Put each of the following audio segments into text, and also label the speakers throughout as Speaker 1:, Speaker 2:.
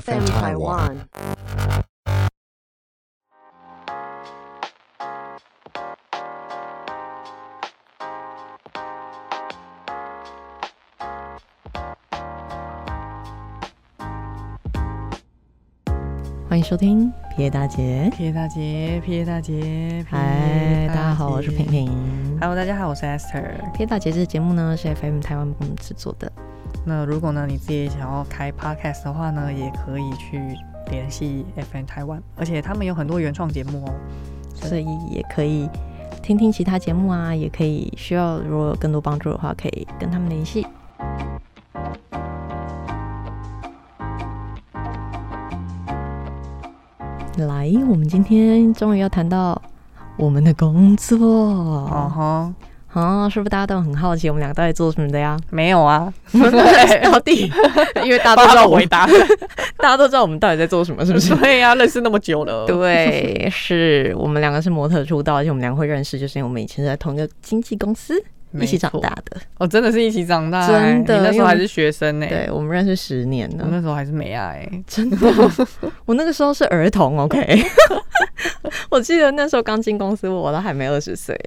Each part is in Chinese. Speaker 1: FM Taiwan.
Speaker 2: 欢迎收听《皮大姐》。
Speaker 3: 撇大姐，撇大姐，
Speaker 2: 嗨，大家好，我是平平。
Speaker 3: Hello，大家好，我是 Esther。
Speaker 2: 皮大姐这个节目呢是 FM 台湾帮我们制作的。
Speaker 3: 那如果呢你自己想要开 podcast 的话呢，也可以去联系 FN 台湾，而且他们有很多原创节目哦。
Speaker 2: 所以也可以听听其他节目啊，也可以需要如果有更多帮助的话，可以跟他们联系。来，我们今天终于要谈到我们的工作
Speaker 3: 哦
Speaker 2: 哦
Speaker 3: 吼，
Speaker 2: 是不是大家都很好奇我们两个到底做什么的呀？
Speaker 3: 没有啊，
Speaker 2: 到底，因为大家都知 道我们，
Speaker 3: 答。
Speaker 2: 大家都知道我们到底在做什么，是不是？
Speaker 3: 对呀、认识那么久 了，
Speaker 2: 对，是我们两个是模特出道，而且我们两个会认识，就是因为我们以前是在同一个经纪公司
Speaker 3: 没
Speaker 2: 一起长
Speaker 3: 错
Speaker 2: 大。的。
Speaker 3: 哦，真的是一起长大、
Speaker 2: 真的
Speaker 3: 你那时
Speaker 2: 因为
Speaker 3: 候还是学生呢、
Speaker 2: 对，我嗯们认识十年
Speaker 3: 我
Speaker 2: 了，
Speaker 3: 那时候还是没爱、欸，
Speaker 2: 真的。我那个时候是儿童，OK。我记得那时候刚进公司，我都还没二十岁，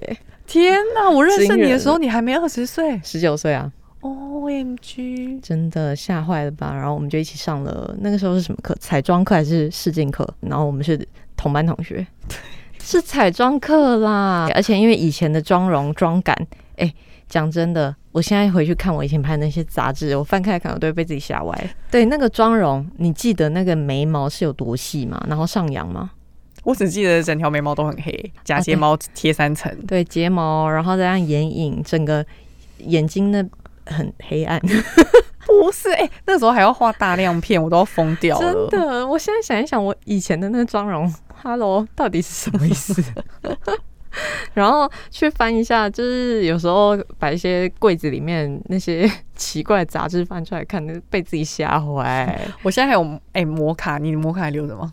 Speaker 3: 天哪！我认识
Speaker 2: 惊人
Speaker 3: 你的时候，你还没二十岁
Speaker 2: 十九岁啊，
Speaker 3: ，O M G！
Speaker 2: 真的吓坏了吧？然后我们就一起上了那个时候是什么课？彩妆课还是试镜课？然后我们是同班同学， 是彩妆课啦。而且因为以前的妆容妆感，哎、讲真的，我现在回去看我以前拍的那些杂志，我翻开来看，我都会被自己吓歪。对，那个妆容，你记得那个眉毛是有多细吗？然后上扬吗？
Speaker 3: 我只记得整条眉毛都很黑，假
Speaker 2: 啊
Speaker 3: 睫毛贴三层，
Speaker 2: 对，睫毛，然后再让眼影，整个眼睛那很黑暗。
Speaker 3: 不是，哎、那时候还要画大亮片，我都要疯掉了。
Speaker 2: 真的，我现在想一想，我以前的那个妆容，Hello，到 底是什么意 思？然后去翻一下，就是有时候把一些柜子里面那些奇怪的杂志翻出来看，就被自己吓 坏。
Speaker 3: 我现在还有哎、摩卡，你摩卡还留着吗？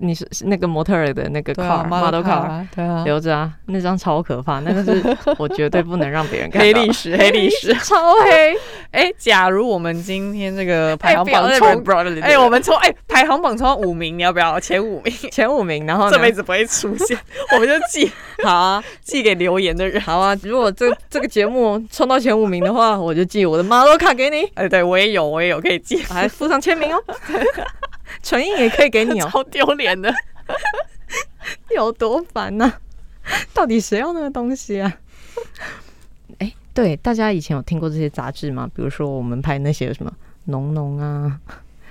Speaker 2: 你是是那个模特儿的那个
Speaker 3: 啊
Speaker 2: car model car
Speaker 3: 卡，对啊，
Speaker 2: 留着啊，那张超可怕，那个是我绝对不能让别人看
Speaker 3: 黑
Speaker 2: 到
Speaker 3: 历
Speaker 2: 的，
Speaker 3: 史，黑历史。
Speaker 2: 超黑。
Speaker 3: 哎、假如我们今天这个排行
Speaker 2: 哎不要
Speaker 3: 榜
Speaker 2: 再
Speaker 3: 冲，
Speaker 2: brotherly
Speaker 3: 哎、我们冲，哎、排行榜冲到五名，你要不要前五名？
Speaker 2: 前五名，然后
Speaker 3: 这
Speaker 2: 呢
Speaker 3: 辈子不会出现，我们就寄
Speaker 2: 哦 好啊，
Speaker 3: 寄给留言的人。
Speaker 2: 好啊，如果这这个节目冲到前五名的话，我就寄我的 model 卡给你，
Speaker 3: 哎、对我也有，我也有可以寄，
Speaker 2: 我 还附上签名哦。 唇印也可以给你 哦，
Speaker 3: 超丢脸的。
Speaker 2: 有多烦呐、到底谁要那个东西 啊？哎、对，大家以前有听过这些杂志吗？比如说我们拍那些什么《农农》啊，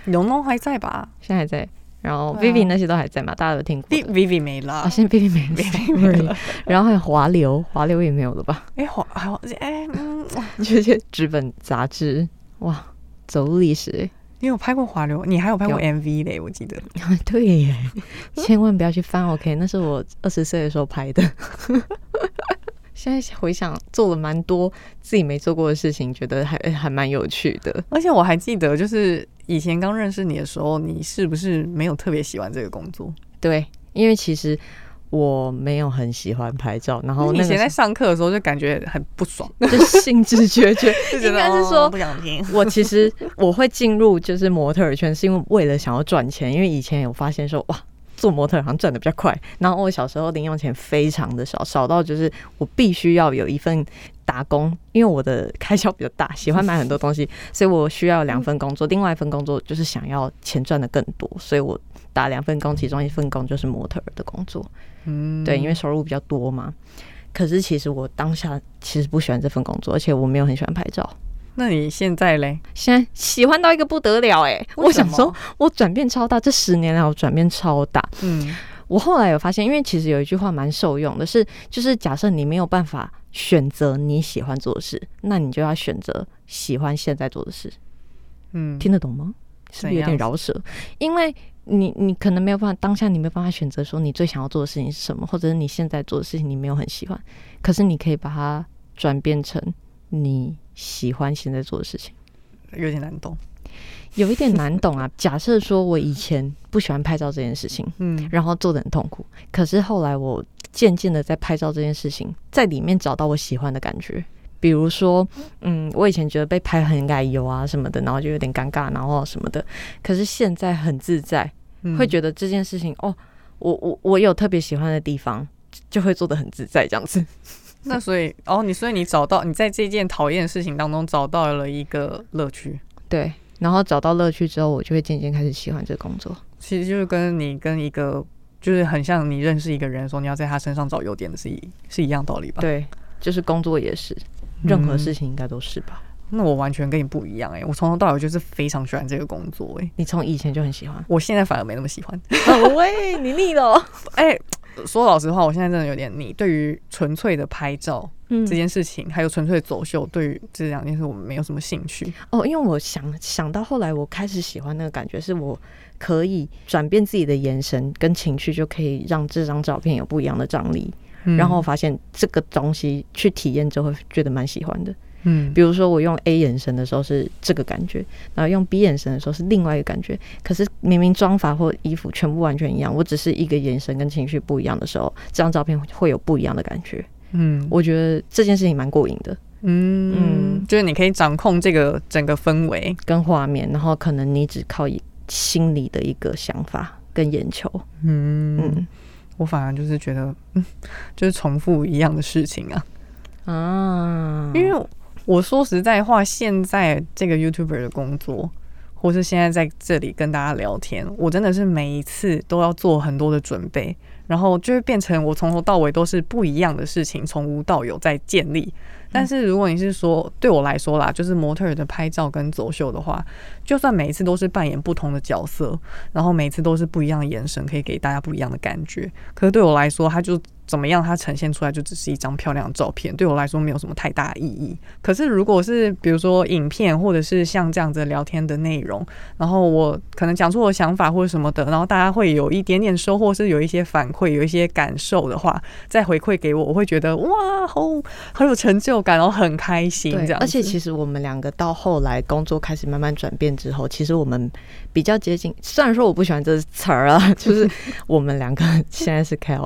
Speaker 3: 农农还在吧
Speaker 2: 现在还在，然后
Speaker 3: 对啊
Speaker 2: Vivi 那些都还在嘛，大家有听过的。
Speaker 3: ？Vivi 没
Speaker 2: 啊，
Speaker 3: 了，
Speaker 2: 现在 Vivi 没了
Speaker 3: Vivi 没了。
Speaker 2: 然后还有华流，华流也没有了 吧？
Speaker 3: 哎、好，好，哎、嗯，
Speaker 2: 这些纸本杂志，哇，走入历史、欸。
Speaker 3: 你有拍过滑流，你还有拍过
Speaker 2: 有
Speaker 3: MV 嘞，我记得。
Speaker 2: 对耶， 千万不要去翻 OK，那是我二十岁的时候拍的。 现在回想，做了蛮多自己没做过的事情，觉得还哎还蛮有趣的。
Speaker 3: 而且我还记得，就是以前刚认识你的时候，你是不是没有特别喜欢这个工作？
Speaker 2: 对，因为其实我没有很喜欢拍照，然后
Speaker 3: 你
Speaker 2: 那
Speaker 3: 以
Speaker 2: 个
Speaker 3: 前在
Speaker 2: 时
Speaker 3: 上课的时候就感觉很不爽，
Speaker 2: 候就兴致缺缺，
Speaker 3: 就觉
Speaker 2: 应
Speaker 3: 得
Speaker 2: 该是
Speaker 3: 哦
Speaker 2: 说
Speaker 3: 不想听。
Speaker 2: 我其实我会进入就是模特儿圈，是因为为了想要赚钱，因为以前有发现说哇。做模特儿好像赚的比较快，然后我小时候零用钱非常的少，少到就是我必须要有一份打工，因为我的开销比较大，喜欢买很多东西，所以我需要两份工作，另外一份工作就是想要钱赚的更多，所以我打两份工，其中一份工就是模特儿的工作，
Speaker 3: 嗯，
Speaker 2: 对，因为收入比较多嘛。可是其实我当下其实不喜欢这份工作，而且我没有很喜欢拍照，
Speaker 3: 那你现在嘞？
Speaker 2: 现在喜欢到一个不得了哎、我
Speaker 3: 为什
Speaker 2: 想
Speaker 3: 么
Speaker 2: 说，我转变超大，这十年来我转变超大。
Speaker 3: 嗯，
Speaker 2: 我后来有发现，因为其实有一句话蛮受用的是，就是假设你没有办法选择你喜欢做的事，那你就要选择喜欢现在做的事。
Speaker 3: 嗯，
Speaker 2: 听得懂吗？是不是有
Speaker 3: 怎
Speaker 2: 点
Speaker 3: 样
Speaker 2: 饶舌？因为你你可能没有办法当下你没有办法选择说你最想要做的事情是什么，或者是你现在做的事情你没有很喜欢，可是你可以把它转变成你喜欢现在做的事情。
Speaker 3: 有点难懂。
Speaker 2: 有一点难懂啊。假设说我以前不喜欢拍照这件事情，
Speaker 3: 嗯，
Speaker 2: 然后做的很痛苦，可是后来我渐渐的在拍照这件事情，在里面找到我喜欢的感觉。比如说，嗯，我以前觉得被拍很奶油啊什么的，然后就有点尴尬，然后什么的。可是现在很自在，
Speaker 3: 嗯
Speaker 2: 会觉得这件事情哦，我我我有特别喜欢的地方，就会做的很自在这样子。
Speaker 3: 那所以哦，你所以你找到你在这件讨厌的事情当中找到了一个乐趣，
Speaker 2: 对，然后找到乐趣之后，我就会渐渐开始喜欢这个工作。
Speaker 3: 其实就是跟你跟一个就是很像你认识一个人的时候，你要在他身上找优点的是一是一样道理吧？
Speaker 2: 对，就是工作也是，任何
Speaker 3: 嗯
Speaker 2: 事情应该都是吧。
Speaker 3: 那我完全跟你不一样哎、我从头到尾就是非常喜欢这个工作哎、，
Speaker 2: 你从以前就很喜欢
Speaker 3: 我现在反而没那么喜欢。
Speaker 2: 哦、喂，你腻了哦。
Speaker 3: 哎、说老实话，我现在真的有点腻。对于纯粹的拍照
Speaker 2: 嗯
Speaker 3: 这件事情，还有纯粹的走秀，对于这两件事我们没有什么兴趣。
Speaker 2: 哦，因为我想想到后来，我开始喜欢那个感觉，是我可以转变自己的眼神跟情绪，就可以让这张照片有不一样的张力。
Speaker 3: 嗯
Speaker 2: 然后，发现这个东西去体验之后，觉得蛮喜欢的。
Speaker 3: 嗯，
Speaker 2: 比如说我用 A 眼神的时候是这个感觉，然后用 B 眼神的时候是另外一个感觉。可是明明妆法或衣服全部完全一样，我只是一个眼神跟情绪不一样的时候，这张照片会有不一样的感觉。
Speaker 3: 嗯，
Speaker 2: 我觉得这件事情蛮过瘾的，
Speaker 3: 嗯
Speaker 2: 嗯
Speaker 3: 就是你可以掌控这个整个氛围。
Speaker 2: 跟画面，然后可能你只靠心里的一个想法跟眼球，
Speaker 3: 嗯，
Speaker 2: 嗯
Speaker 3: 我反而就是觉得，嗯，就是重复一样的事情啊。
Speaker 2: 啊，
Speaker 3: 因为我说实在话，现在这个 YouTuber 的工作，或是现在在这里跟大家聊天，我真的是每一次都要做很多的准备，然后就会变成我从头到尾都是不一样的事情，从无到有在建立。但是如果你是说对我来说啦，就是模特儿的拍照跟走秀的话，就算每一次都是扮演不同的角色，然后每一次都是不一样的眼神，可以给大家不一样的感觉。可是对我来说，它就怎么样，它呈现出来就只是一张漂亮的照片，对我来说没有什么太大的意义。可是如果是比如说影片，或者是像这样子聊天的内容，然后我可能讲出我的想法或者什么的，然后大家会有一点点收获，是有一些反馈，有一些感受的话，再回馈给我，我会觉得哇，好很有成就感，然后很开心这
Speaker 2: 对，
Speaker 3: 样子。
Speaker 2: 而且其实我们两个到后来工作开始慢慢转变之后，其实我们比较接近。虽然说我不喜欢这词儿啊，就是我们两个现在是 KOL，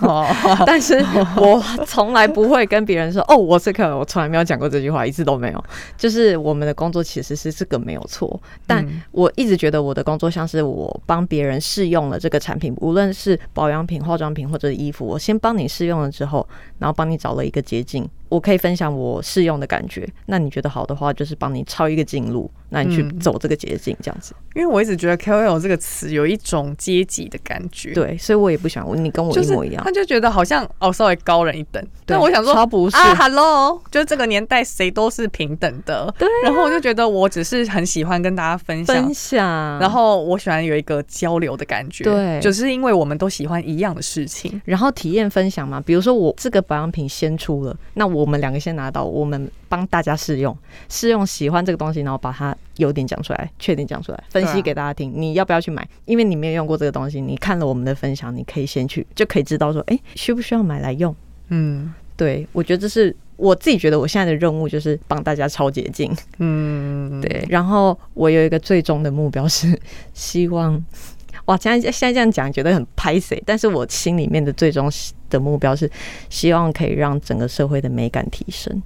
Speaker 3: 哦，
Speaker 2: 但是我从来不会跟别人说哦我是 KOL，我从来没有讲过这句话，一次都没有。就是我们的工作其实是这个没有错，但
Speaker 3: 嗯
Speaker 2: 我一直觉得我的工作像是我帮别人试用了这个产品，无论是保养品、化妆品或者衣服，我先帮你试用了之后，然后帮你找了一个捷径，我可以分享我试用的感觉。那你觉得好的话，就是帮你抄一个近路，那你去
Speaker 3: 嗯
Speaker 2: 走这个捷径，这样子。
Speaker 3: 因为我一直觉得 KOL 这个词有一种阶级的感觉，，
Speaker 2: 对，所以我也不想你跟我
Speaker 3: 就
Speaker 2: 一
Speaker 3: 是
Speaker 2: 模一样。
Speaker 3: 他就觉得好像哦稍微高人一等，
Speaker 2: 对
Speaker 3: 但我想说
Speaker 2: 超不是
Speaker 3: 啊，Hello，就这个年代谁都是平等的，
Speaker 2: 对啊
Speaker 3: 然后我就觉得我只是很喜欢跟大家分享。
Speaker 2: 分享，然
Speaker 3: 然后我喜欢有一个交流的感觉，
Speaker 2: 对
Speaker 3: 就是因为我们都喜欢一样的事情，
Speaker 2: 然后体验分享嘛，比如说我这个保养品先出了，那我们两个先拿到，我们帮大家试用，试用喜欢这个东西，然后把它优点讲出来，缺点讲出来，分析给大家听。你要不要去买？因为你没有用过这个东西，你看了我们的分享，你可以先去，就可以知道说，哎，需不需要买来用？
Speaker 3: 嗯
Speaker 2: 对我觉得这是我自己觉得我现在的任务就是帮大家超捷径。
Speaker 3: 嗯，
Speaker 2: 对，然后我有一个最终的目标是 希望，哇，现在现在这样讲觉得很拍谁，但是我心里面的最终的目标是希望可以让整个社会的美感提升，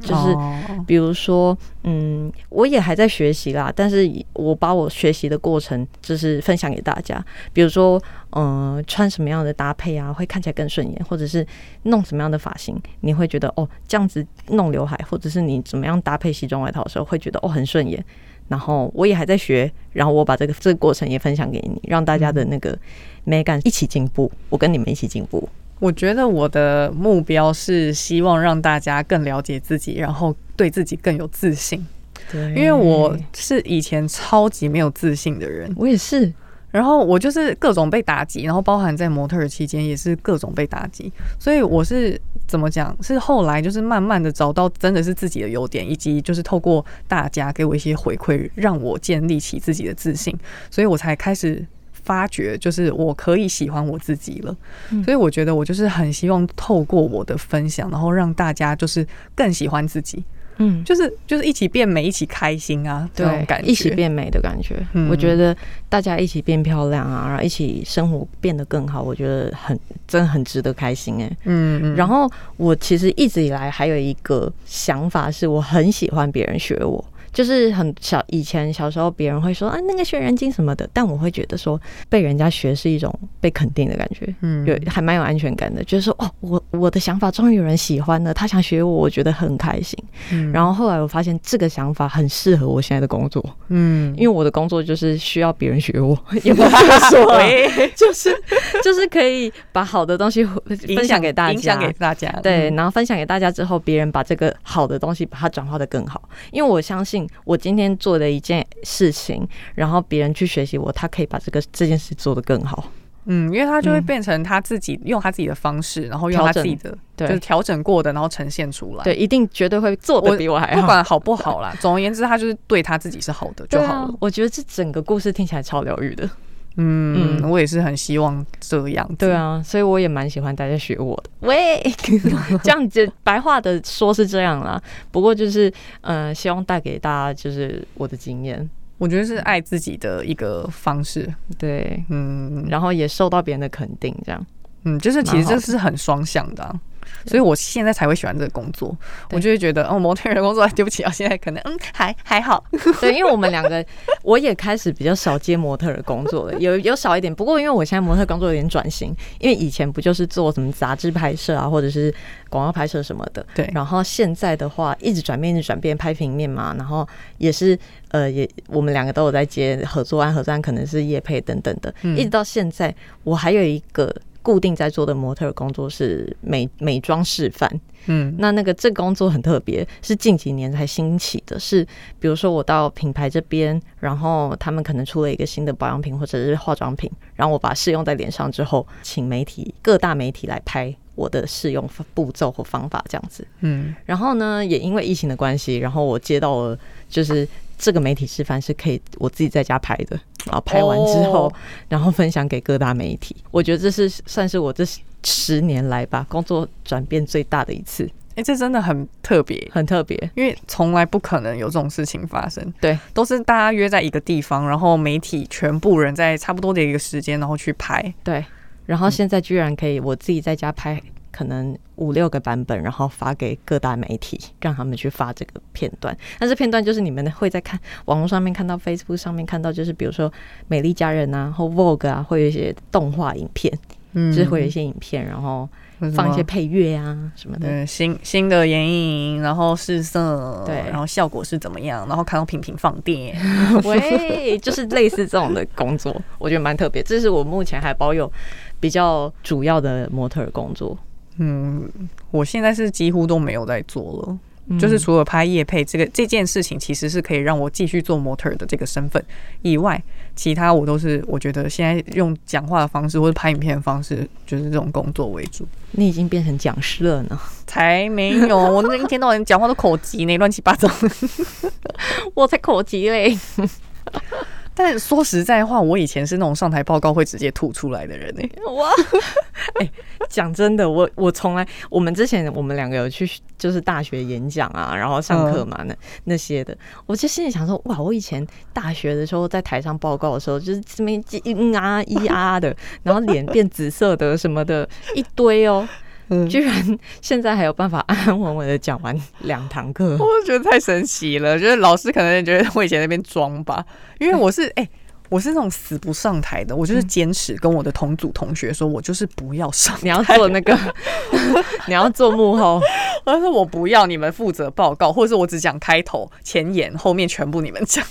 Speaker 2: 就是。
Speaker 3: 哦
Speaker 2: 比如说，嗯，我也还在学习啦，但是我把我学习的过程就是分享给大家。比如说，嗯、穿什么样的搭配啊，会看起来更顺眼，或者是弄什么样的发型，你会觉得哦，这样子弄刘海，或者是你怎么样搭配西装外套的时候，会觉得哦很顺眼。然后我也还在学，然后我把这个这个过程也分享给你，让大家的那个美感一起进步，我跟你们一起进步。
Speaker 3: 我觉得我的目标是希望让大家更了解自己，然后对自己更有自信。
Speaker 2: 对，
Speaker 3: 因为我
Speaker 2: 嗯
Speaker 3: 是以前超级没有自信的人，
Speaker 2: 我也是，
Speaker 3: 然后我就是各种被打击，然后包含在模特儿期间也是各种被打击，所以我是怎么讲？是后来就是慢慢的找到真的是自己的优点，以及就是透过大家给我一些回馈，让我建立起自己的自信，所以我才开始。发觉就是我可以喜欢我自己了，
Speaker 2: 嗯
Speaker 3: 所以我觉得我就是很希望透过我的分享，然后让大家就是更喜欢自己，
Speaker 2: 嗯，
Speaker 3: 就是就是一起变美，一起开心啊，这种
Speaker 2: 对，
Speaker 3: 感觉。
Speaker 2: 一起变美的感觉。
Speaker 3: 嗯
Speaker 2: 我觉得大家一起变漂亮啊，然后一起生活变得更好，我觉得很真的很值得开心哎、
Speaker 3: 嗯，嗯
Speaker 2: 然后我其实一直以来还有一个想法，是我很喜欢别人学我。就是很小以前小时候，别人会说啊那个学人精什么的，但我会觉得说被人家学是一种被肯定的感觉，
Speaker 3: 嗯
Speaker 2: 有还蛮有安全感的。就是说哦，我我的想法终于有人喜欢了，他想学我，我觉得很开心。
Speaker 3: 嗯
Speaker 2: 然后后来我发现这个想法很适合我现在的工作，
Speaker 3: 嗯
Speaker 2: 因为我的工作就是需要别人学 我，也不是说啊、就是就是可以把好的东西分享给嗯大
Speaker 3: 影响
Speaker 2: 家
Speaker 3: 给。大家，嗯
Speaker 2: 对，然后分享给大家之后，别人把这个好的东西把它转化的更好，因为我相信我今天做的一件事情，然后别人去学习我，他可以把这个这件事做得更好。
Speaker 3: 嗯，因为他就会
Speaker 2: 嗯
Speaker 3: 变成他自己用他自己的方式，然后用
Speaker 2: 调
Speaker 3: 他自
Speaker 2: 整
Speaker 3: 己的就
Speaker 2: 对
Speaker 3: 是调整过的，然后呈现出来。
Speaker 2: 对，一定绝对会做
Speaker 3: 我
Speaker 2: 的比我还
Speaker 3: 不
Speaker 2: 好。
Speaker 3: 管好不好啦，总而言之，他就是对他自己是好的就
Speaker 2: 对
Speaker 3: 好
Speaker 2: 啊
Speaker 3: 了。，
Speaker 2: 我觉得这整个故事听起来超疗愈的。
Speaker 3: 嗯，我也是很希望这样子。
Speaker 2: 对啊，所以我也蛮喜欢大家学我的。 喂，这样子白话的说是这样啦，不过就是嗯、呃希望带给大家就是我的经验，
Speaker 3: 我觉得是爱自己的一个方式。
Speaker 2: 对，
Speaker 3: 嗯
Speaker 2: 然后也受到别人的肯定，这样。
Speaker 3: 嗯，就是其实
Speaker 2: 蛮好
Speaker 3: 这
Speaker 2: 的
Speaker 3: 是很双向的啊、所以我现在才会喜欢这个工作。
Speaker 2: 对
Speaker 3: 我就会觉得，哦，模特儿的工作， 对不起啊，现在可能嗯还还好。
Speaker 2: 对，因为我们两个，我也开始比较少接模特儿的工作了，有有少一点。不过因为我现在模特工作有点转型，因为以前不就是做什么杂志拍摄啊，或者是广告拍摄什么的。
Speaker 3: 对
Speaker 2: 然后现在的话，一直转变，一直转变，拍平面嘛，然后也是呃，也我们两个都有在接合作案，合作案可能是业配等等的，
Speaker 3: 嗯
Speaker 2: 一直到现在，我还有一个。固定在做的模特儿工作是美美妆示范，
Speaker 3: 嗯
Speaker 2: 那那个这工作很特别，是近几年才兴起的。是比如说我到品牌这边，然后他们可能出了一个新的保养品或者是化妆品，然后我把它试用在脸上之后，请媒体各大媒体来拍我的试用步骤或方法这样子。
Speaker 3: 嗯
Speaker 2: 然后呢，也因为疫情的关系，然后我接到了就是这个媒体示范是可以我自己在家拍的，然后拍完之后，
Speaker 3: 哦
Speaker 2: 然后分享给各大媒体。我觉得这是算是我这十年来吧工作转变最大的一次，
Speaker 3: 哎、这真的很特别。
Speaker 2: 很特别。
Speaker 3: 因为从来不可能有这种事情发生，
Speaker 2: 对，
Speaker 3: 都是大家约在一个地方，然后媒体全部人在差不多的一个时间，然后去拍。
Speaker 2: 对，然后现在居然可以我自己在家拍，可能五六个版本，然后发给各大媒体，让他们去发这个片段。但是片段就是你们会在看网络上面看到、Facebook 上面看到，就是比如说《美丽佳人》啊，或 Vogue 啊，会有一些动画影片，
Speaker 3: 嗯
Speaker 2: 就是会有一些影片，然后放一些配乐啊什么 的。
Speaker 3: 嗯，新新的眼影，然后试色，
Speaker 2: 对
Speaker 3: 然后效果是怎么样，然后看到品品放电，
Speaker 2: 喂，就是类似这种的工作，我觉得蛮特别。这是我目前还保有比较主要的模特儿工作，
Speaker 3: 嗯，我现在是几乎都没有在做了，
Speaker 2: 嗯
Speaker 3: 就是除了拍夜配这个这件事情，其实是可以让我继续做模特儿的这个身份以外，其他我都是我觉得现在用讲话的方式或者拍影片的方式，就是这种工作为主。
Speaker 2: 你已经变成讲师了呢。
Speaker 3: 才没 有，我那一天到晚讲话都口急呢，乱七八糟。
Speaker 2: 我才口急嘞。
Speaker 3: 但说实在话，我以前是那种上台报告会直接吐出来的人欸呢、
Speaker 2: 哇， 哎、讲真的，我我从来，我们之前我们两个有去就是大学演讲啊，然后上课嘛，
Speaker 3: 嗯
Speaker 2: 那那些的，我就心里想说，哇，我以前大学的时候在台上报告的时候，就是这边叽嗯啊一啊 的，然后脸变紫色的什么的，一堆哦。
Speaker 3: 嗯
Speaker 2: 居然现在还有办法安安稳稳的讲完两堂课，
Speaker 3: 我觉得太神奇了，就是老师可能也觉得我以前在那边装吧，因为我是哎、我是那种死不上台的，我就是坚持跟我的同组同学说，我就是不要上，
Speaker 2: 你要做那个， 你要做幕后，
Speaker 3: 我说我不要你们负责报告，或者是我只讲开头、前言，后面全部你们 讲，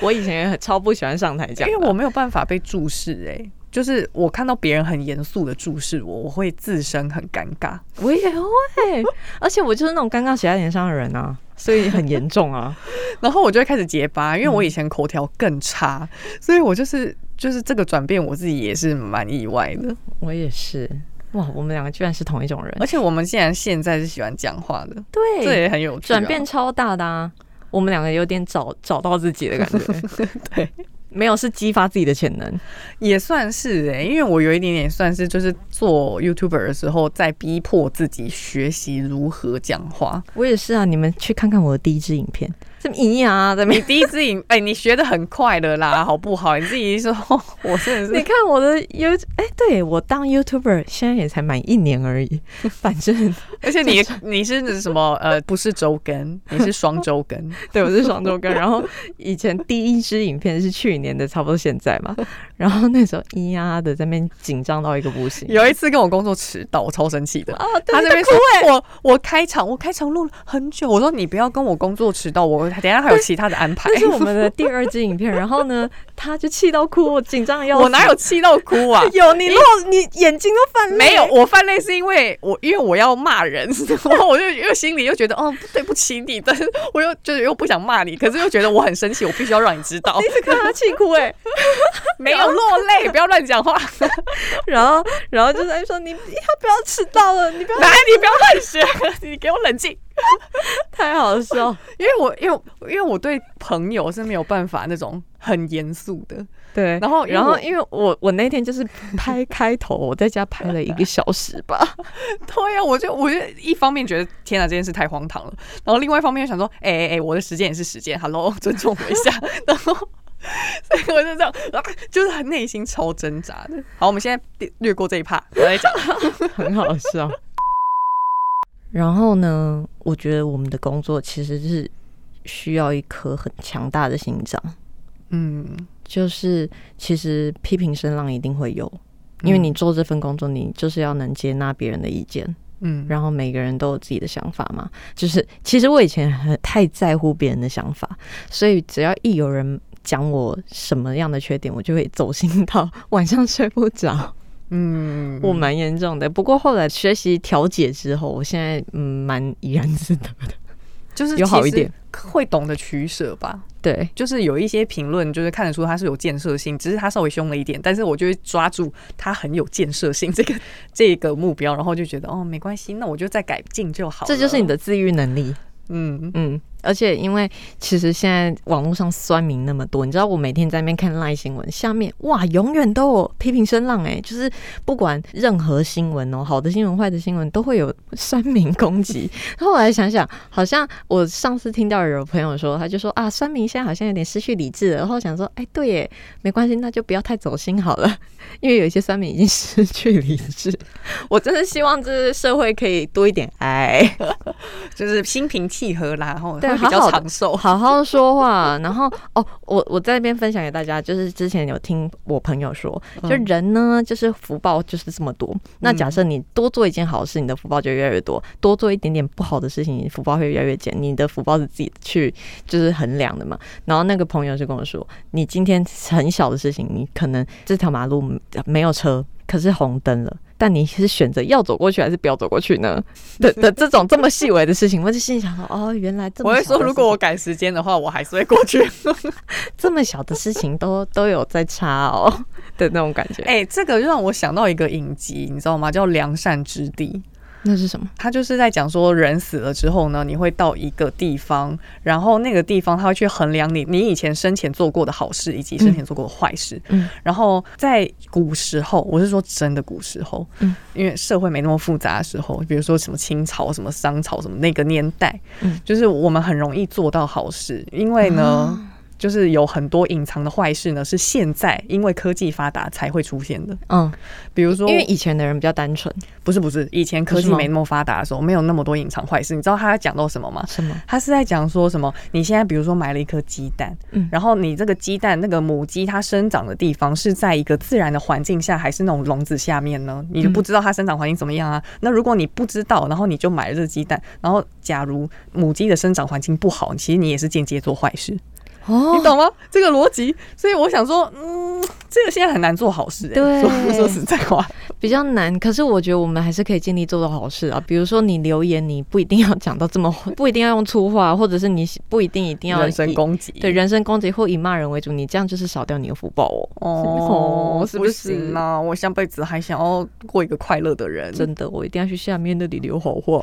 Speaker 2: 我以前也很超不喜欢上台
Speaker 3: 因
Speaker 2: 讲的，
Speaker 3: 为我没有办法被注视哎、就是我看到别人很严肃的注视我，我会自身很尴尬。
Speaker 2: 我也会，而且我就是那种尴尬写在脸上的人啊，所以很严重啊。
Speaker 3: 然后我就会开始结巴，因为
Speaker 2: 嗯
Speaker 3: 我以前口条更差，所以我就是就是这个转变，我自己也是蛮意外的。
Speaker 2: 我也是，哇，我们两个居然是同一种人
Speaker 3: 而，且我们竟然现在是喜欢讲话的，这
Speaker 2: 哎对，
Speaker 3: 也很有趣、啊。
Speaker 2: 转变超大的啊。我们两个有点找找到自己的感觉，
Speaker 3: 对，
Speaker 2: 没有是激发自己的潜能。
Speaker 3: 也算是哎、因为我有一点点算是就是做 YouTuber 的时候，在逼迫自己学习如何讲话。
Speaker 2: 我也是啊，你们去看看我的第一支影片，这么营养啊，怎么
Speaker 3: 你？第一次影， 哎、你学的很快的啦，好不好？你自己说， 我真的
Speaker 2: 你
Speaker 3: 是
Speaker 2: 看我的 You，哎、对我当 YouTuber 现在也才满一年而 已，反正，
Speaker 3: 而且你你是什么？呃，不是周更，你是双周更。
Speaker 2: 对我是双周更，然后以前第一支影片是去年的，差不多现在嘛，然后那时候咿呀的在那边紧张到一个不行，
Speaker 3: 有一次跟我工作迟到，我超生气的。
Speaker 2: 啊，对
Speaker 3: 他这边
Speaker 2: 哭
Speaker 3: 说，我我开场，我开场录了很久。我说你不要跟我工作迟到，我等一下还有其他的安排。
Speaker 2: 这是我们的第二支影片，然后呢，他就气到哭，我紧张的要死，
Speaker 3: 我哪有气到哭 啊？
Speaker 2: 有你落你眼睛都泛泪，
Speaker 3: 没有，我犯累是因为我因为我要骂人，然后我就又心里又觉得哦对不起你，但是我又就是又不想骂你，可是又觉得我很生气，我必须要让你知道
Speaker 2: 第，一次看他气哭哎、
Speaker 3: 没有落泪，不要乱讲 话，
Speaker 2: 然后然后就在说你要不要迟到了，你不要
Speaker 3: 来你不要乱学，你给我冷静。
Speaker 2: 太好笑，
Speaker 3: 因为我因为我因为我对朋友是没有办法那种很严肃的，
Speaker 2: 对，
Speaker 3: 然后因为
Speaker 2: 然后
Speaker 3: 我
Speaker 2: 因为我我那天就是拍开头，我在家拍了一个小时吧，
Speaker 3: 对呀、啊我就我就一方面觉得天啊哪，这件事太荒唐了，然后另外一方面又想说，哎哎哎，我的时间也是时间，Hello，尊 重我一下，然后。所以我就这样，啊就是很内心超挣扎的。好，我们现在略过这一趴，我在讲。
Speaker 2: 很好笑。 然后呢，我觉得我们的工作其实是需要一颗很强大的心脏，
Speaker 3: 嗯，
Speaker 2: 就是其实批评声浪一定会有，因为你做这份工作，你就是要能接纳别人的意见，
Speaker 3: 嗯，
Speaker 2: 然后每个人都有自己的想法嘛。就是其实我以前很太在乎别人的想法，所以只要一有人讲我什么样的缺点，我就会走心到 晚上睡不着。
Speaker 3: 嗯，
Speaker 2: 我蛮严重的，不过后来学习调解之后，我现在嗯蛮怡然自得的。
Speaker 3: 就是
Speaker 2: 有好一
Speaker 3: 其实
Speaker 2: 点
Speaker 3: 会懂得取舍吧。
Speaker 2: 对，
Speaker 3: 就是有一些评论，就是看得出他是有建设性，只是他稍微凶了一点，但是我就会抓住他很有建设性这个这个目标，然后就觉得哦，没关系，那我就再改进就好了。
Speaker 2: 这就是你的自愈能力。
Speaker 3: 嗯，
Speaker 2: 嗯，而且因为其实现在网络上酸民那么多，你知道我每天在那边看赖新闻，下面哇永远都有批评声浪哎、就是不管任何新闻哦，好的新闻、坏的新闻都会有酸民攻击。 然后我来想想，好像我上次听到有朋友说，他就说啊，酸民现在好像有点失去理智了。然后我想说，哎，对耶，没关系，那就不要太走心好了， 因为有一些酸民已经失去理智。 我真的希望这个社会可以多一点爱。
Speaker 3: 就是心平气和啦，然后
Speaker 2: 对
Speaker 3: 会比
Speaker 2: 好好地
Speaker 3: 较长寿。
Speaker 2: 好好说话。然后哦，我我在那边分享给大家，就是之前有听我朋友说，就
Speaker 3: 嗯
Speaker 2: 人呢，就是福报就是这么多。那假设你多做一件好事，你的福报就越来越多；多做一点点不好的事情，你福报会越来越减。你的福报是自己去就是衡量的嘛。然后那个朋友就跟我说，你今天很小的事情，你可能这条马路没有车，可是红灯了。但你是选择要走过去还是不要走过去呢？ 的的这种这么细微的事情，我就心里想说，哦，原来这么
Speaker 3: 我会
Speaker 2: 小的
Speaker 3: 说，如
Speaker 2: 事
Speaker 3: 果
Speaker 2: 情
Speaker 3: 我赶时间的话，我还是会过去。
Speaker 2: 这么小的事情都都有在差哦的那种感觉。
Speaker 3: 哎、这个让我想到一个影集，你知道吗？叫《良善之地》。
Speaker 2: 那是什么？
Speaker 3: 他就是在讲说，人死了之后呢，你会到一个地方，然后那个地方他会去衡量你你以前生前做过的好事以及生前做过的坏事。
Speaker 2: 嗯
Speaker 3: 然后在古时候，我是说真的古时候，
Speaker 2: 嗯
Speaker 3: 因为社会没那么复杂的时候，比如说什么清朝、什么商朝、什么那个年代，
Speaker 2: 嗯
Speaker 3: 就是我们很容易做到好事，因为呢。
Speaker 2: 啊
Speaker 3: 就是有很多隐藏的坏事呢，是现在因为科技发达才会出现的。
Speaker 2: 嗯，
Speaker 3: 比如说，
Speaker 2: 因为以前的人比较单纯。
Speaker 3: 不是不是，以前科
Speaker 2: 不是
Speaker 3: 技
Speaker 2: 吗
Speaker 3: 没那么发达的时候，没有那么多隐藏坏事。你知道他讲到什么吗？
Speaker 2: 什么？
Speaker 3: 他是在讲说什么？你现在比如说买了一颗鸡蛋，
Speaker 2: 嗯
Speaker 3: 然后你这个鸡蛋那个母鸡它生长的地方是在一个自然的环境下，还是那种笼子下面
Speaker 2: 嗯
Speaker 3: 呢？你就不知道它生长环境怎么样啊。那如果你不知道，然后你就买了这个鸡蛋，然后假如母鸡的生长环境不好，其实你也是间接做坏事，你
Speaker 2: 哦，
Speaker 3: 懂吗？这个逻辑。所以我想说，嗯，这个现在很难做好事、欸。
Speaker 2: 对
Speaker 3: 说 说实在话，
Speaker 2: 比较难。可是我觉得我们还是可以尽力做到好事啊。比如说你留言，你不一定要讲到这么，不一定要用粗话，或者是你不一定一定要
Speaker 3: 人身
Speaker 2: 以
Speaker 3: 攻击，
Speaker 2: 对人身攻击或以骂人为主，你这样就是少掉你的福报哦。 哦是不
Speaker 3: 不
Speaker 2: 是
Speaker 3: 行啊？我下辈子还想要过一个快乐的人。
Speaker 2: 真的，我一定要去下面那里留好话。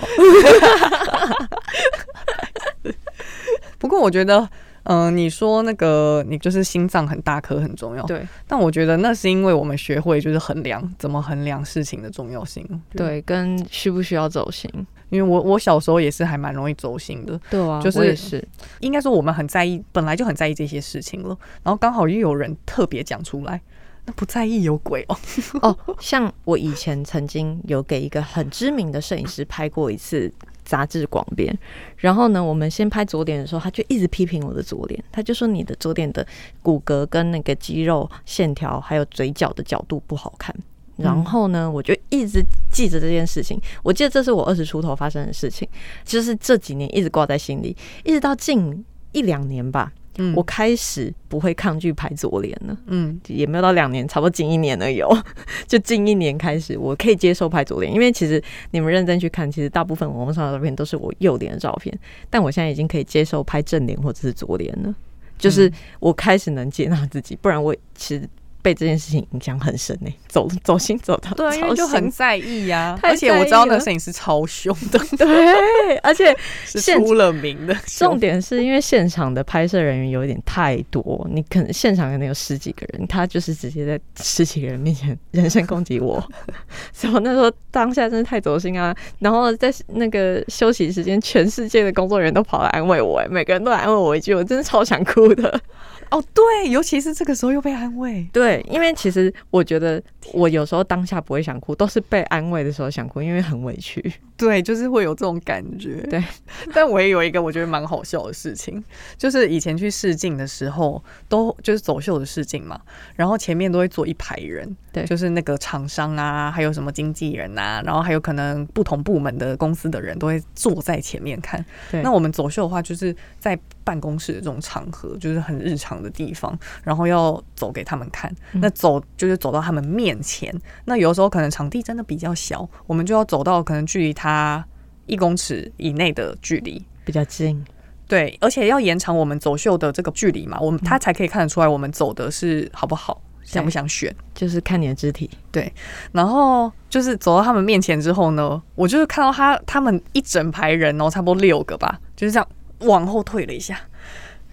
Speaker 3: 不过我觉得，嗯、你说那个你就是心脏很大颗很重要，
Speaker 2: 对
Speaker 3: 但我觉得那是因为我们学会就是衡量怎么衡量事情的重要性。，
Speaker 2: 对，跟需不需要走心，
Speaker 3: 因为我我小时候也是还蛮容易走心的，
Speaker 2: 对啊
Speaker 3: 就是
Speaker 2: 我也是，
Speaker 3: 应该说我们很在意，本来就很在意这些事情了，然后刚好又有人特别讲出来，那不在意有鬼哦。
Speaker 2: 哦， 像我以前曾经有给一个很知名的摄影师拍过一次杂志广编，然后呢，我们先拍左脸的时候，他就一直批评我的左脸，他就说你的左脸的骨骼跟那个肌肉线条还有嘴角的角度不好看。然后呢，我就一直记着这件事情。我记得这是我二十出头发生的事情，就是这几年一直挂在心里，一直到近一两年吧，
Speaker 3: 嗯
Speaker 2: 我开始不会抗拒拍左脸了。
Speaker 3: 嗯
Speaker 2: 也没有到两年，差不多近一年而已、哦， 就近一年开始，我可以接受拍左脸，因为其实你们认真去看，其实大部分网络上的照片都是我右脸的照片，但我现在已经可以接受拍正脸或者是左脸了，
Speaker 3: 嗯
Speaker 2: 就是我开始能接纳自己，不然我其实被这件事情影响很深呢、走走心走到
Speaker 3: 对啊，因为就
Speaker 2: 超心
Speaker 3: 很在意呀、
Speaker 2: 太
Speaker 3: 而且我知道那个
Speaker 2: 在意了
Speaker 3: 摄影师超凶的，
Speaker 2: 对，而且
Speaker 3: 是
Speaker 2: 现
Speaker 3: 出了名的
Speaker 2: 重
Speaker 3: 凶。
Speaker 2: 点是因哦为现场的拍摄人员有一点太多，你可能现场可能有十几个人，他就是直接在十几个人面 前人身攻击我， 所以我那时候当下真的太走心啊。然后在那个休息时间，全世界的工作人员都跑来安慰我、哎，每个人都来安慰我一句，我真的超想哭的。
Speaker 3: 哦，对，尤其是这个时候又被安慰，
Speaker 2: 对，因为其实我觉得我有时候当下不会想哭，都是被安慰的时候想哭，因为很委屈。
Speaker 3: 对，就是会有这种感觉。
Speaker 2: 对，
Speaker 3: 但我也有一个我觉得蛮好笑的事情，就是以前去试镜的时候，都就是走秀的试镜嘛，然后前面都会坐一排人，
Speaker 2: 对
Speaker 3: 就是那个厂商啊，还有什么经纪人啊，然后还有可能不同部门的公司的人都会坐在前面看。
Speaker 2: 对
Speaker 3: 那我们走秀的话，就是在办公室的这种场合，就是很日常的地方，然后要走给他们看。
Speaker 2: 嗯
Speaker 3: 那走就是走到他们面前，那有时候可能场地真的比较小，我们就要走到可能距离他一公尺以内的距离，
Speaker 2: 比较近，
Speaker 3: 对，而且要延长我们走秀的这个距离嘛，我们他才可以看得出来我们走的是好不好，想不想选。
Speaker 2: 就是看你的肢体，
Speaker 3: 然后就是走到他们面前之后呢，我就是看到他他们一整排人哦，差不多六个吧，就是这样往后退了一下，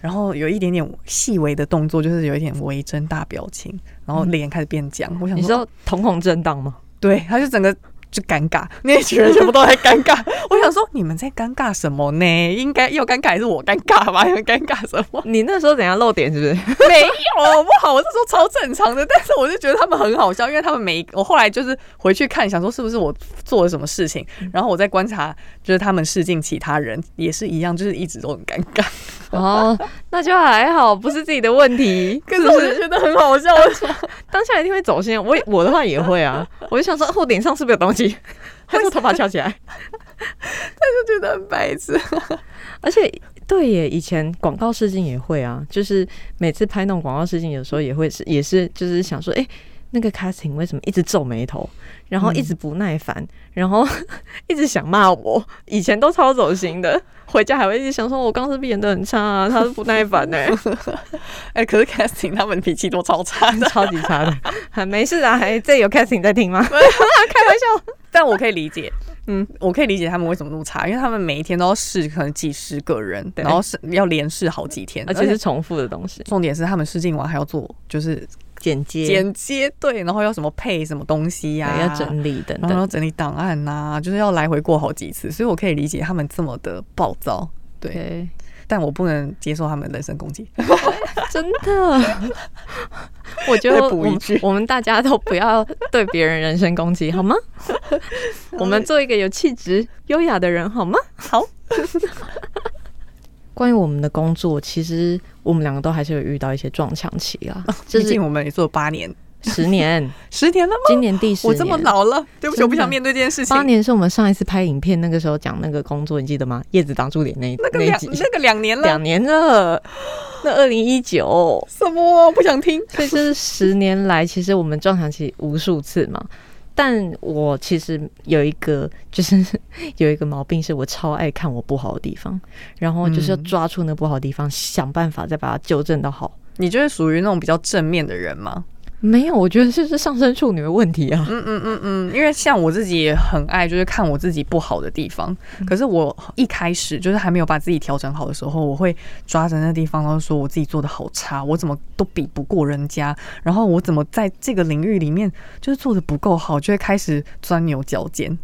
Speaker 3: 然后有一点点细微的动作，就是有一点微睁大表情，然后脸开始变僵。我想
Speaker 2: 你知道瞳孔震荡吗？？
Speaker 3: 对，他就整个就尴 尬，那一群人全部都在尴尬。我想说，你们在尴尬什么呢？应该要尴尬还是我尴尬吧？你们尴尬什么
Speaker 2: 你那时候怎样露点是不是？
Speaker 3: 没有，不好，我是说超正常的。但是我就觉得他们很好笑，因为他们每一我后来就是回去看，想说是不是我做了什么事情，然后我再观察，就是他们试镜其他人也是一样，就是一直都很尴尬。
Speaker 2: 哦，那就还好，不是自己的问 题。
Speaker 3: 可是我就觉得很好笑，我想
Speaker 2: 当下一定会走心，我也我的话也会啊。我就想说，哦我脸上是不是有东 西？还是头发翘起来？
Speaker 3: 就觉得很白痴。
Speaker 2: 而且对耶，以前广告试镜也会啊，就是每次拍那种广告试镜，有时候也会是也是就是想说，哎、那个 casting 为什么一直皱眉头，然后一直不耐烦，然后 一直想骂我？以前都超走心的，回家还会一直想说，我刚是不是演的很差啊？他是不耐烦 呢、
Speaker 3: 哎、可是 casting 他们脾气都超差的。
Speaker 2: 超级差的。 啊没事啊，还这有 casting 在听吗？
Speaker 3: 但我可以理解，
Speaker 2: 嗯
Speaker 3: 嗯，我可以理解他们为什么那么差，因为他们每一天都要试可能几十个人，
Speaker 2: 对
Speaker 3: 然后是要连试好几天，
Speaker 2: 而且是重复的东西，
Speaker 3: 重点是他们试镜完还要做就是
Speaker 2: 剪啊接、
Speaker 3: 剪接，对，然后要什么配什么东西呀、
Speaker 2: 对要整理等
Speaker 3: 然后
Speaker 2: 等。
Speaker 3: 要整理档案呐、就是要来回过好几次，所以我可以理解他们这么的暴躁。对，
Speaker 2: 对，
Speaker 3: 但我不能接受他们人身攻击。
Speaker 2: 真的，我觉得
Speaker 3: 再补
Speaker 2: 我
Speaker 3: 一
Speaker 2: 们
Speaker 3: 句
Speaker 2: 我们大家都不要对别人人身攻击，好吗？我们做一个有气质、优雅的人，好吗？
Speaker 3: 好，
Speaker 2: 关于我们的工作，其实我们两个都还是有遇到一些撞墙期啊，就
Speaker 3: 毕竟
Speaker 2: 是
Speaker 3: 我们也做了八年，
Speaker 2: 十年，
Speaker 3: 十年了吗？
Speaker 2: 今年第十
Speaker 3: 我
Speaker 2: 年，
Speaker 3: 这么老了，对不
Speaker 2: 真
Speaker 3: 起，
Speaker 2: 的
Speaker 3: 我不想面对这件事情
Speaker 2: 八。年是我们上一次拍影片那个时候讲那个工作，你记得吗？叶子挡住脸那一
Speaker 3: 那个
Speaker 2: 那一
Speaker 3: 两
Speaker 2: 集，
Speaker 3: 那个两年了，
Speaker 2: 两年了，那二零一九，
Speaker 3: 什么？不想听。
Speaker 2: 所以这是十年来，其实我们撞墙期无数次嘛。但我其实有一个，就是 有一个毛病，是我超爱看我不好的地方，然后就是要
Speaker 3: 嗯
Speaker 2: 抓住那不好的地方，想办法再把它纠正到好。
Speaker 3: 你就是属于那种比较正面的人吗？
Speaker 2: 没有，我觉得这是上升处女的问题啊。
Speaker 3: 嗯嗯嗯嗯，因为像我自己也很爱，就是看我自己不好的地方。可是我一开始就是还没有把自己调整好的时候，我会抓着那地方，然后说我自己做的好差，我怎么都比不过人家，然后我怎么在这个领域里面就是做的不够好，就会开始钻牛角尖。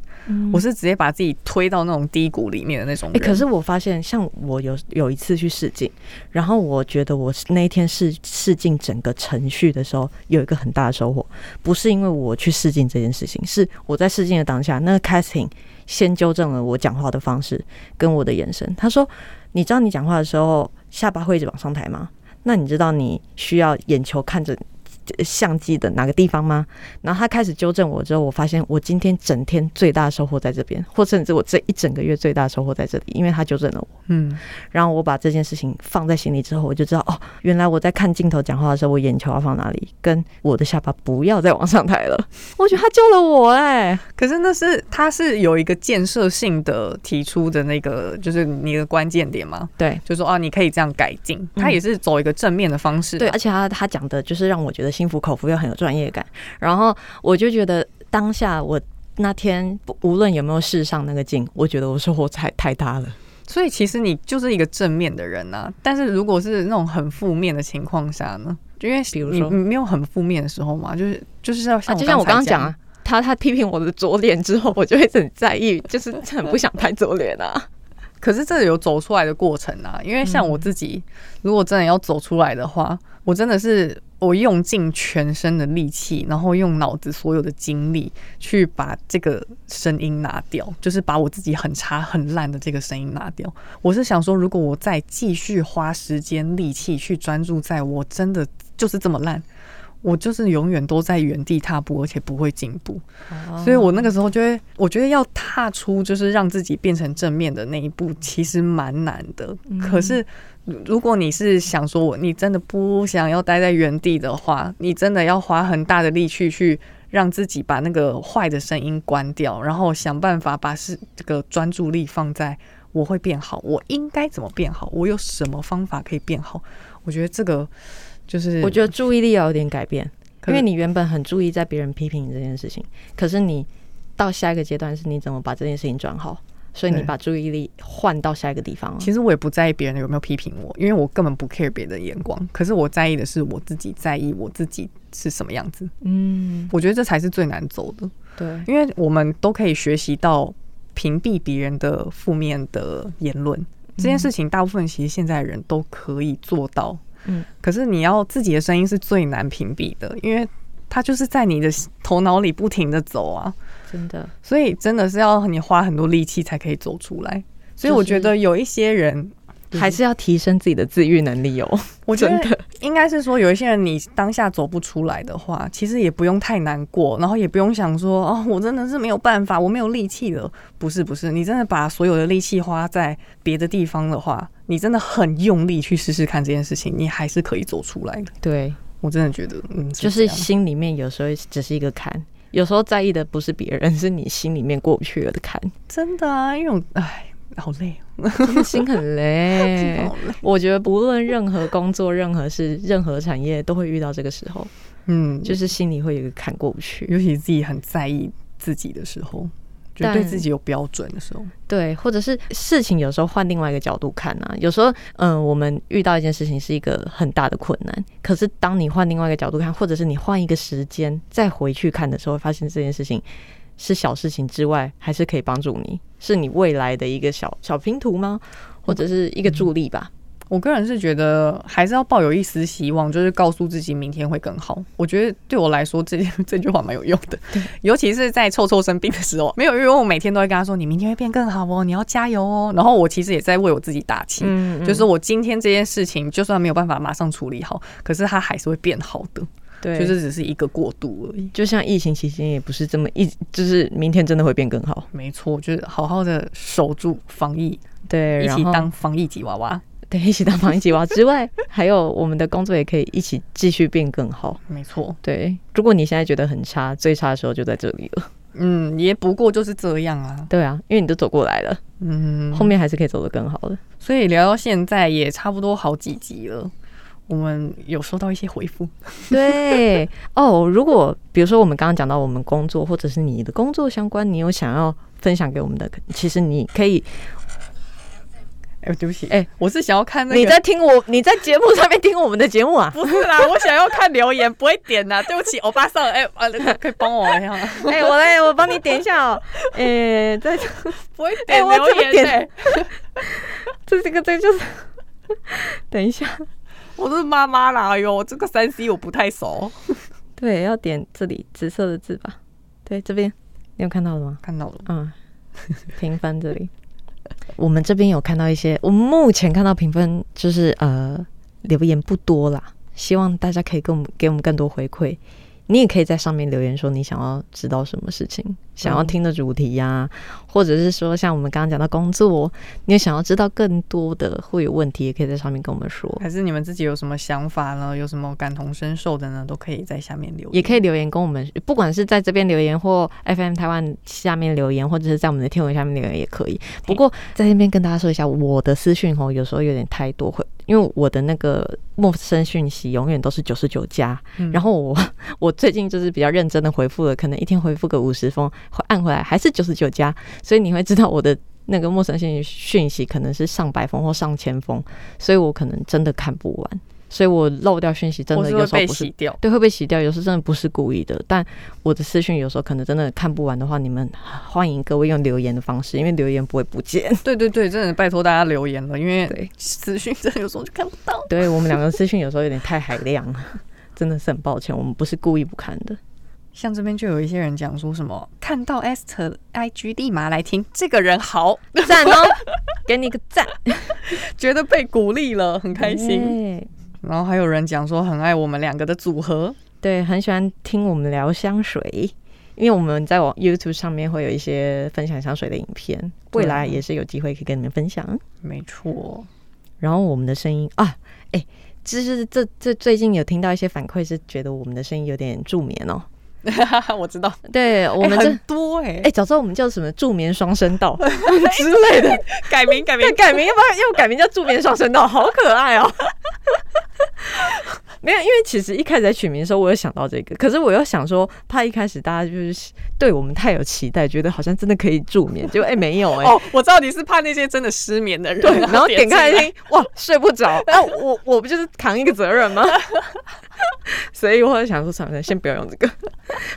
Speaker 3: 我是直接把自己推到那种低谷里面的那种
Speaker 2: 哎、
Speaker 3: 人。
Speaker 2: 可是我发现，像我有有一次去试镜，然后我觉得我那一天试试镜整个程序的时候，有一个很大的收获，不是因为我去试镜这件事情，是我在试镜的当下，那个 casting 先纠正了我讲话的方式跟我的眼神。他说：“你知道你讲话的时候下巴会一直往上抬吗？那你知道你需要眼球看着。”相机的哪个地方吗？然后他开始纠正我之后，我发现我今天整天最大的收获在这边，或甚至我这一整个月最大的收获在这里，因为他纠正了我。
Speaker 3: 嗯，
Speaker 2: 然后我把这件事情放在心里之后，我就知道哦，原来我在看镜头讲话的时候，我眼球要放哪里，跟我的下巴不要再往上抬了。我觉得他救了我哎、
Speaker 3: 可是那是它是有一个建设性的提出的那个，就是你的关键点吗？
Speaker 2: 对
Speaker 3: 就说啊，你可以这样改进，它也是走一个正面的方式。
Speaker 2: 嗯
Speaker 3: 啊
Speaker 2: 对，，而且他他讲的就是让我觉得心服口服又很有专业感，然后我就觉得当下我。那天不无论有没有试上那个镜，我觉得我收获太太大了。
Speaker 3: 所以其实你就是一个正面的人呐、啊但是如果是那种很负面的情况下呢？因为
Speaker 2: 比如
Speaker 3: 你
Speaker 2: 说
Speaker 3: 你没有很负面的时候嘛，就是就是要像
Speaker 2: 啊，就像我刚
Speaker 3: 刚
Speaker 2: 刚
Speaker 3: 才
Speaker 2: 讲啊，，他他批评我的左脸之后，我就会很在意，就是很不想拍左脸啊。
Speaker 3: 可是这有走出来的过程啊。因为像我自己，如果真的要走出来的话，我真的是我用尽全身的力气，然后用脑子所有的精力去把这个声音拿掉，就是把我自己很差很烂的这个声音拿掉。我是想说，如果我再继续花时间力气去专注在我真的就是这么烂。我就是永远都在原地踏步，而且不会进步。所以我那个时候就会，我觉得要踏出就是让自己变成正面的那一步，其实蛮难的。可是如果你是想说我你真的不想要待在原地的话，你真的要花很大的力气去让自己把那个坏的声音关掉，然后想办法把是这个专注力放在。我会变好，我应该怎么变好？我有什么方法可以变好？我觉得这个就 是，
Speaker 2: 我觉得注意力要有点改变，
Speaker 3: 嗯可
Speaker 2: 因
Speaker 3: 是
Speaker 2: 为你原本很注意在别人批评你这件事情，可是你到下一个阶段是你怎么把这件事情转好，所以你
Speaker 3: 对
Speaker 2: 把注意力换到下一个地方了。啊
Speaker 3: 其实我也不在意别人有没有批评我，因为我根本不 care 别人的眼光。可是我在意的是我自己，在意我自己是什么样子。
Speaker 2: 嗯，
Speaker 3: 我觉得这才是最难走的，
Speaker 2: 对，
Speaker 3: 因为我们都可以学习到屏蔽别人的负面的言论这件事情，大部分其实现在人都可以做到。
Speaker 2: 嗯，
Speaker 3: 可是你要自己的声音是最难屏蔽的，因为它就是在你的头脑里不停的走啊。
Speaker 2: 真的，
Speaker 3: 所以真的是要你花很多力气才可以走出来。所以我觉得有一些人。
Speaker 2: 还是要提升自己的自愈能力 哦。
Speaker 3: 我觉
Speaker 2: 真
Speaker 3: 得
Speaker 2: 的
Speaker 3: 应该是说，有一些人你当下走不出来的话，其实也不用太难过，然后也不用想说哦，我真的是没有办法，我没有力气了。不是不是，你真的把所有的力气花在别的地方的话，你真的很用力去试试看这件事情，你还是可以走出来的。
Speaker 2: 对，
Speaker 3: 我真的觉得，嗯，
Speaker 2: 就
Speaker 3: 这
Speaker 2: 是
Speaker 3: 样
Speaker 2: 心里面有时候只是一个坎，有时候在意的不是别人， 是你心里面过不去了的 坎，
Speaker 3: 真的啊，因为我哎，好累哦，
Speaker 2: 真的心很 累
Speaker 3: 好。累。
Speaker 2: 我觉得不论任何工作、任何事、任何产业，都会遇到这个时候，
Speaker 3: 嗯，就
Speaker 2: 就是心里会有一个坎过不去。
Speaker 3: 尤其自己很在意自己的时候，就
Speaker 2: 但
Speaker 3: 对自己有标准的时候，
Speaker 2: 对，或者是事情有时候换另外一个角度看啊，有时候嗯，我们遇到一件事情是一个很大的困难，可是当你换另外一个角度看，或者是你换一个时间再回去看的时候，会发现这件事情。是小事情之外，还是可以帮助你，是你未来的一个小小拼图吗？或者是一个助力吧？
Speaker 3: 我个人是觉得还是要抱有一丝希望，就是告诉自己明天会更好。我觉得对我来说，这 这句话蛮有用的，尤其是在臭臭生病的时候，没有，因为我每天都会跟他说：“你明天会变更好哦，你要加油哦。”然后我其实也在为我自己打气，
Speaker 2: 嗯
Speaker 3: 就是我今天这件事情，就算没有办法马上处理好，可是它还是会变好的，
Speaker 2: 对
Speaker 3: 就是只是一个过渡而已。
Speaker 2: 就像疫情期间也不是这么一，就是明天真的会变更好。
Speaker 3: 没错，就是好好的守住防疫，
Speaker 2: 对，
Speaker 3: 一起
Speaker 2: 然后
Speaker 3: 当防疫吉娃娃。
Speaker 2: 对一起当防疫吉娃之外，还有我们的工作也可以一起继续变更好。
Speaker 3: 没错，
Speaker 2: 对，如果你现在觉得很差，最差的时候就在这里了。
Speaker 3: 嗯，也不过就是这样啊，
Speaker 2: 对啊，因为你都走过来了，
Speaker 3: 嗯。
Speaker 2: 后面还是可以走得更好的。
Speaker 3: 所以聊到现在也差不多好几集了。我们有收到一些回复。
Speaker 2: 对哦，如果比如说我们刚刚讲到我们工作，或者是你的工作相关，你有想要分享给我们的，其实你可以
Speaker 3: 哎、对不起，哎、
Speaker 2: 哎
Speaker 3: 我是想要看那个，
Speaker 2: 你在听我你在节目上面听我们的节目啊。
Speaker 3: 不是啦，我想要看留言，不会点呐， 对不起，欧巴桑，哎、啊，可以帮我一下吗？
Speaker 2: 哎、我来，我帮你点一下哦。哎、在
Speaker 3: 不会
Speaker 2: 哎
Speaker 3: 点
Speaker 2: 我
Speaker 3: 留
Speaker 2: 怎么
Speaker 3: 言、
Speaker 2: 点
Speaker 3: 哎
Speaker 2: 这这个这就是，等一下，
Speaker 3: 我都是妈妈啦，哎呦，我这个三 C 我不太熟，
Speaker 2: 对，要点这里紫色的字吧。对，这边你有看到了吗？
Speaker 3: 看到了，
Speaker 2: 嗯， 评分这里，我们这边有看到一些，我们目前看到评分就是呃留言不多啦，希望大家可以给我们给我们更多回馈。你也可以在上面留言说你想要知道什么事情，想要听的主题呀、或者是说像我们刚刚讲到工作，你有想要知道更多的会有问题，也可以在上面跟我们说。
Speaker 3: 还是你们自己有什么想法呢？有什么感同身受的呢？都可以在下面留言，
Speaker 2: 也可以留言跟我们，不管是在这边留言或 FM 台湾下面留言，或者是在我们的天文下面留言也可以。不过在这边跟大家说一下，我的私讯哦，有时候有点太多，会因为我的那个陌生讯息永远都是九十九加，
Speaker 3: 嗯
Speaker 2: 然后我 我最近就是比较认真的回复了，可能一天回复个五十封，会按回来还是九十九加，所以你会知道我的。那个陌生讯讯息可能是上百封或上千封，所以我可能真的看不完，所以我漏掉讯息真
Speaker 3: 我
Speaker 2: 的
Speaker 3: 是
Speaker 2: 有
Speaker 3: 会
Speaker 2: 时候
Speaker 3: 被
Speaker 2: 不是
Speaker 3: 洗掉。
Speaker 2: 对，会被洗掉，有时候真的不是故意的。但我的私讯有时候可能真的看不完的话，你们欢迎各位用留言的方式，因为留言不会不见。
Speaker 3: 对对对，真的拜托大家留言了，因为
Speaker 2: 对
Speaker 3: 私讯真的有时候就看不到。
Speaker 2: 对我们两个私讯有时候有点太海量了，真的是很抱歉，我们不是故意不看的。
Speaker 3: 像这边就有一些人讲说什么，看到 Esther 的 IG 立马来听，这个人好，
Speaker 2: 赞哦，给你一个赞，
Speaker 3: 觉得被鼓励了，很开心。
Speaker 2: 耶
Speaker 3: 然后还有人讲说很爱我们两个的组合，
Speaker 2: 对，很喜欢听我们聊香水。因为我们在网 YouTube 上面会有一些分享香水的影片，未来也是有机会可以跟你们分享。
Speaker 3: 没错，
Speaker 2: 然后我们的声音啊，哎、就是这这最近有听到一些反馈，是觉得我们的声音有点助眠哦。
Speaker 3: 我知道，
Speaker 2: 对我
Speaker 3: 我
Speaker 2: 们这
Speaker 3: 很多哎、
Speaker 2: 哎、早知道我们叫什么助眠双声 道之类的，
Speaker 3: 改名改名
Speaker 2: 对，哎改名要不 要要改名叫助眠双声道？好可爱哦。 没有，因为其实一开始在取名的时候，我有想到这个，可是我又想说，怕一开始大家就是对我们太有期待，觉得好像真的可以助眠，结果哎、没有哎、
Speaker 3: 哦，我知道你是怕那些真的失眠的人，啊
Speaker 2: 对，然 后点开
Speaker 3: 进
Speaker 2: 来
Speaker 3: 来
Speaker 2: 听，哇，睡不 着，那、我我不就是扛一个责任 吗？所以我想说，算了，先不要用这个。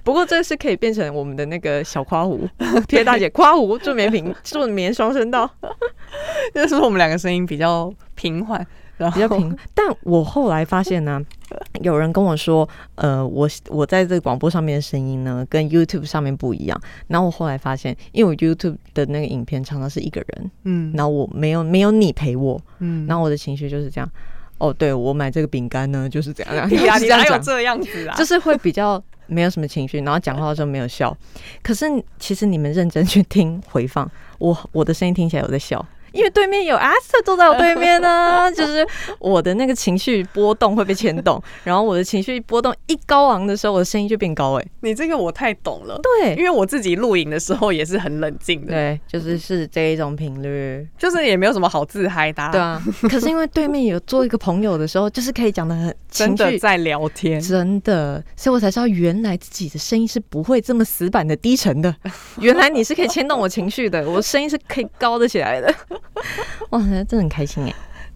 Speaker 2: 不过这是可以变成我们的那个小夸壶，贴大姐夸壶助眠 瓶助眠双声道
Speaker 3: 就是我们两个声音比较平缓，然后
Speaker 2: 比较平。 但我后来发现呢、有人跟我说，呃，我我在这个广播上面的声音呢，跟 YouTube 上面不一样。然后我后来发现，因为我 YouTube 的那个影片常常是一个人，
Speaker 3: 嗯
Speaker 2: 然后我没有没有你陪我，
Speaker 3: 嗯，
Speaker 2: 然后我的情绪就是这样。哦，对我买这个饼干呢，就是 这样，然后
Speaker 3: 屁
Speaker 2: 就
Speaker 3: 啊，
Speaker 2: 是
Speaker 3: 你
Speaker 2: 这样
Speaker 3: 哪有
Speaker 2: 讲，
Speaker 3: 这样子啊？
Speaker 2: 就是会比较没有什么情绪，然后讲话的时候没有笑。可是其实你们认真去听回放，我我的声音听起来有在笑，因为对面有阿瑟坐在我对面呢、 就是我的那个情绪波动会被牵动，然后我的情绪波动一高昂的时候，我的声音就变高、欸，哎，
Speaker 3: 你这个我太懂了，因
Speaker 2: 对
Speaker 3: 为我自己录影的时候也是很冷静的，
Speaker 2: 对，就是是这一种频率。
Speaker 3: 就是也没有什么好自嗨的、啊，
Speaker 2: 对啊，可是因为对面有做一个朋友的时候，就是可以讲的很
Speaker 3: 真
Speaker 2: 情
Speaker 3: 的
Speaker 2: 绪
Speaker 3: 在聊天，
Speaker 2: 真的，所以我才知道原来自己的声音是不会这么死板的低沉 的，原来你是可以牵动我情绪的，我声音是可以高的起来的。 哇，真的很开心哎，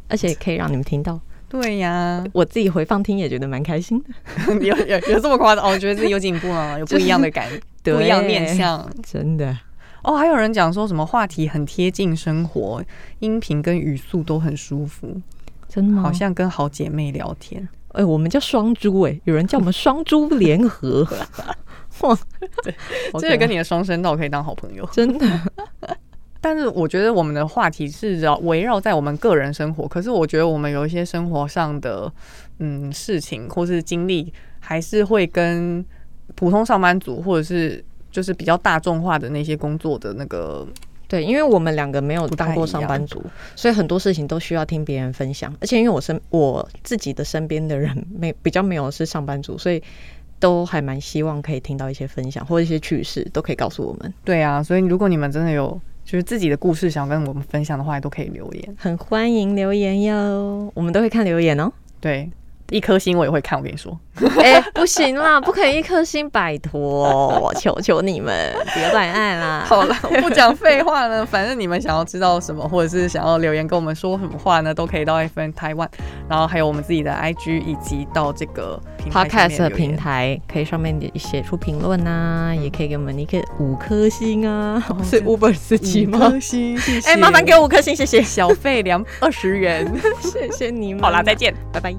Speaker 2: 而且可以让你们听到，
Speaker 3: 对呀、
Speaker 2: 我自己回放听也觉得蛮开心的，
Speaker 3: 有有有这么夸张？哦，我觉得自己有进步 了，有不一样的感，
Speaker 2: 对
Speaker 3: 不一样面相。
Speaker 2: 真的。
Speaker 3: 哦，还有人讲说什么话题很贴近生活，音频跟语速都很舒服，
Speaker 2: 真的吗？
Speaker 3: 好像跟好姐妹聊天，
Speaker 2: 哎、我们叫双猪哎、有人叫我们双猪联 合，哇，
Speaker 3: 这个跟
Speaker 2: 你
Speaker 3: 你的双声道可以当好朋友。
Speaker 2: 真的
Speaker 3: 但是我觉得我们的话题是绕围绕在我们个人生活，可是我觉得我们有一些生活上的嗯事情或是经历，还是会跟普通上班族或者是就是比较大众化的那些工作的那个
Speaker 2: 对，因为我们两个没有
Speaker 3: 不太
Speaker 2: 当过
Speaker 3: 一样
Speaker 2: 上班族，所以很多事情都需要听别人分享。而且因为我身我自己的身边的人没比较没有是上班族，所以都还蛮希望可以听到一些分享或者一些趣事，都可以告诉我们，
Speaker 3: 对啊，所以如果你们真的有就是自己的故事想跟我们分享的话，也都可以留言。
Speaker 2: 很欢迎留言哟，我们都会看留言哦。
Speaker 3: 对，一颗星我也会看，我跟你说，
Speaker 2: 哎、不行啦，不可以一颗星，拜托，我求求你们，别乱按啦。
Speaker 3: 好了， 我不讲废话了。反正你们想要知道什么，或者是想要留言跟我们说什么话呢，都可以到 FN 台湾，然后还有我们自己的 IG，以及到这个平台上
Speaker 2: Podcast
Speaker 3: 面
Speaker 2: 的
Speaker 3: 留
Speaker 2: 平
Speaker 3: 言
Speaker 2: 台可以上面写出评论啊，也可以给我们一个五颗星啊，
Speaker 3: 哦
Speaker 2: 是
Speaker 3: 对
Speaker 2: Uber 司机
Speaker 3: 五
Speaker 2: 吗？
Speaker 3: 颗星，谢
Speaker 2: 哎
Speaker 3: 谢。
Speaker 2: 哎、麻烦给我五颗星，谢谢，
Speaker 3: 小费两二十元。
Speaker 2: 谢谢你们，
Speaker 3: 好啦，再见。
Speaker 2: 拜拜。